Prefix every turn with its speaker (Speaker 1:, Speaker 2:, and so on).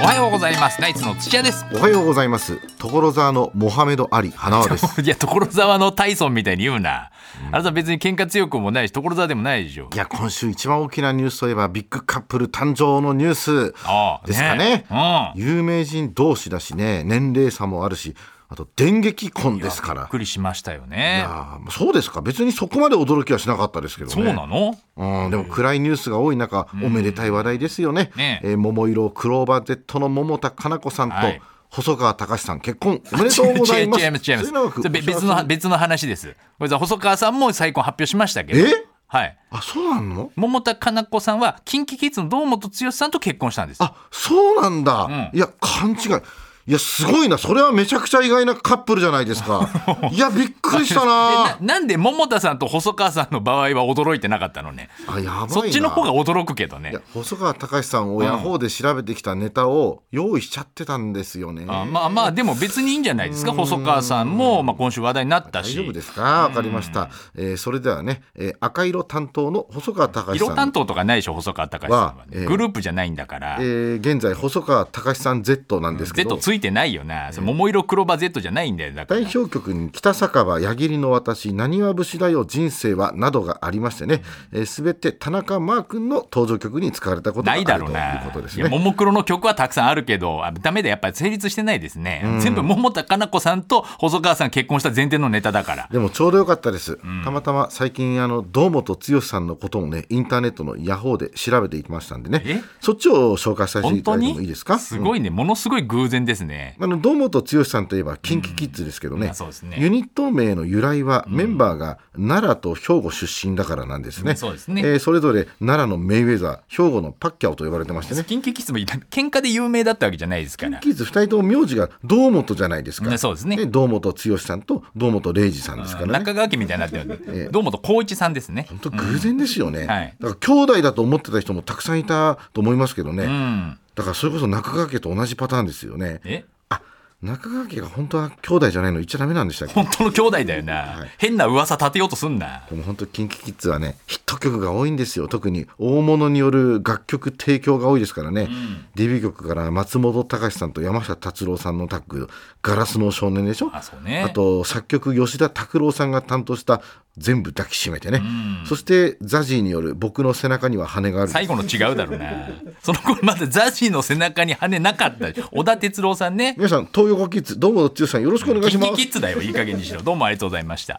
Speaker 1: はようございますナイツの土屋です
Speaker 2: おはようございます所沢のモハメド・アリ花輪です
Speaker 1: いや所沢のタイソンみたいに言うな、あなた別に喧嘩強くもないし所沢でもないでしょ
Speaker 2: いや今週一番大きなニュースといえばビッグカップル誕生のニュー
Speaker 1: ああ
Speaker 2: スですかね
Speaker 1: うん
Speaker 2: 有名人同士だしね年齢差もあるしあと電撃婚ですか
Speaker 1: びっ
Speaker 2: ら
Speaker 1: くりしましたよね
Speaker 2: あーそうですか別にそこまで驚きはしなかったですけど
Speaker 1: そ
Speaker 2: ね
Speaker 1: うなの
Speaker 2: うん、でも暗いニュースが多い中、おめでたい話題ですよね。
Speaker 1: ねえ
Speaker 2: えー桃色クローバー Z の桃田加奈子さんと、
Speaker 1: はい
Speaker 2: 細川隆さん結婚おめでとうございま す。
Speaker 1: 違います違います
Speaker 2: 末永く
Speaker 1: それべ別の別の話ですこれさ細川さんも再婚発表しましたけど
Speaker 2: え
Speaker 1: はい
Speaker 2: あ、そうなんの
Speaker 1: 桃田加奈子さんは KinKiKids の堂本剛さんと結婚したんです
Speaker 2: あ、そうなんだ。いや、勘違い。いや、すごいな。それはめちゃくちゃ意外なカップルじゃないで すか。いや、びっくりした
Speaker 1: え
Speaker 2: な
Speaker 1: な。なんで桃田さんと細川さんの場合は驚いてなかったのね
Speaker 2: あ、やばいな。
Speaker 1: そっちの方が驚くけどね
Speaker 2: いや細川隆さんをヤホーで調べてきたネタを用意しちゃってたんですよね。
Speaker 1: あまあまあでも別にいいんじゃないですか細川さんも、まあ、今週話題になった
Speaker 2: 大
Speaker 1: し
Speaker 2: 丈夫ですかわかりました、えーそれではね、えー赤色担当の細川隆
Speaker 1: 色
Speaker 2: さん
Speaker 1: 担当とかないでしょ細川隆さんはね、
Speaker 2: はええ
Speaker 1: グループじゃないんだから、
Speaker 2: えー現在細川隆さん Z なんですけ
Speaker 1: Z
Speaker 2: ど
Speaker 1: ついてないよな、それ桃色黒羽 Z じゃないんだよだから
Speaker 2: 代表曲に「北酒場矢切の私何は節だよ人生は」などがありましてね、えー、全て田中マー君の登場曲に使われたことがあ
Speaker 1: ない
Speaker 2: る
Speaker 1: だ
Speaker 2: と
Speaker 1: ろう
Speaker 2: いう
Speaker 1: な
Speaker 2: ことです
Speaker 1: いや
Speaker 2: ね。
Speaker 1: ももクロの曲はたくさんあるけどあダメだやっぱり成立してないですね、全部桃田加奈子さんと細川さん結婚した前提のネタだから
Speaker 2: でもちょうどよかったです、たまたま最近あの堂本剛さんのことをねインターネットのヤホーで調べていきましたんで
Speaker 1: え
Speaker 2: ねそっちを紹介させて
Speaker 1: 本
Speaker 2: いた
Speaker 1: 当
Speaker 2: だいて
Speaker 1: に
Speaker 2: もいいですか
Speaker 1: ごいねものすごい偶然ですね、
Speaker 2: あの堂本剛さんといえば KinKiKids ですけど
Speaker 1: うん
Speaker 2: ね,、
Speaker 1: あそうですね
Speaker 2: ユニット名の由来はメンバーが奈良と兵庫出身だからなんですね,、
Speaker 1: うんそうですね
Speaker 2: えーそれぞれ奈良のメイウェザー兵庫のパッキャオと呼ばれてましてね
Speaker 1: キンキキスもいら喧嘩で有名だったわけじゃないですから。
Speaker 2: キッズ2人とも名字が堂本じゃないですか、
Speaker 1: ねそうですね
Speaker 2: 堂本剛さんと堂本礼二さんですからね
Speaker 1: 中川家みたいになってるんで、堂本光一さんですね。
Speaker 2: 本当偶然ですよね、
Speaker 1: はい
Speaker 2: だから兄弟だと思ってた人もたくさんいたと思いますけどね、
Speaker 1: うん。
Speaker 2: だからそれこそ中川家と同じパターンですよね
Speaker 1: え
Speaker 2: あ中川家が本当は兄弟じゃないの言っちゃダメなんでしたっけ
Speaker 1: 本当の兄弟だよな。
Speaker 2: はい
Speaker 1: 変な噂立てようとすんな。
Speaker 2: でも本当キンキキッズはねヒット曲が多いんですよ特に大物による楽曲提供が多いですからね、デビュー曲から松本隆さんと山下達郎さんのタッグ「ガラスの少年」でしょ
Speaker 1: あ、そうね。
Speaker 2: あと作曲吉田拓郎さんが担当した「全部抱きしめてね」そしてザジーによる「僕の背中には羽がある」
Speaker 1: 最後の違うだろうな。 その頃まだザジーの背中に羽なかった。小田哲郎さんね。
Speaker 2: 皆さん東横キッズどうもつよさんよろしくお願いし
Speaker 1: キ
Speaker 2: ま
Speaker 1: ン
Speaker 2: す
Speaker 1: キキッズだよ。いい加減にしろ。どうもありがとうございました。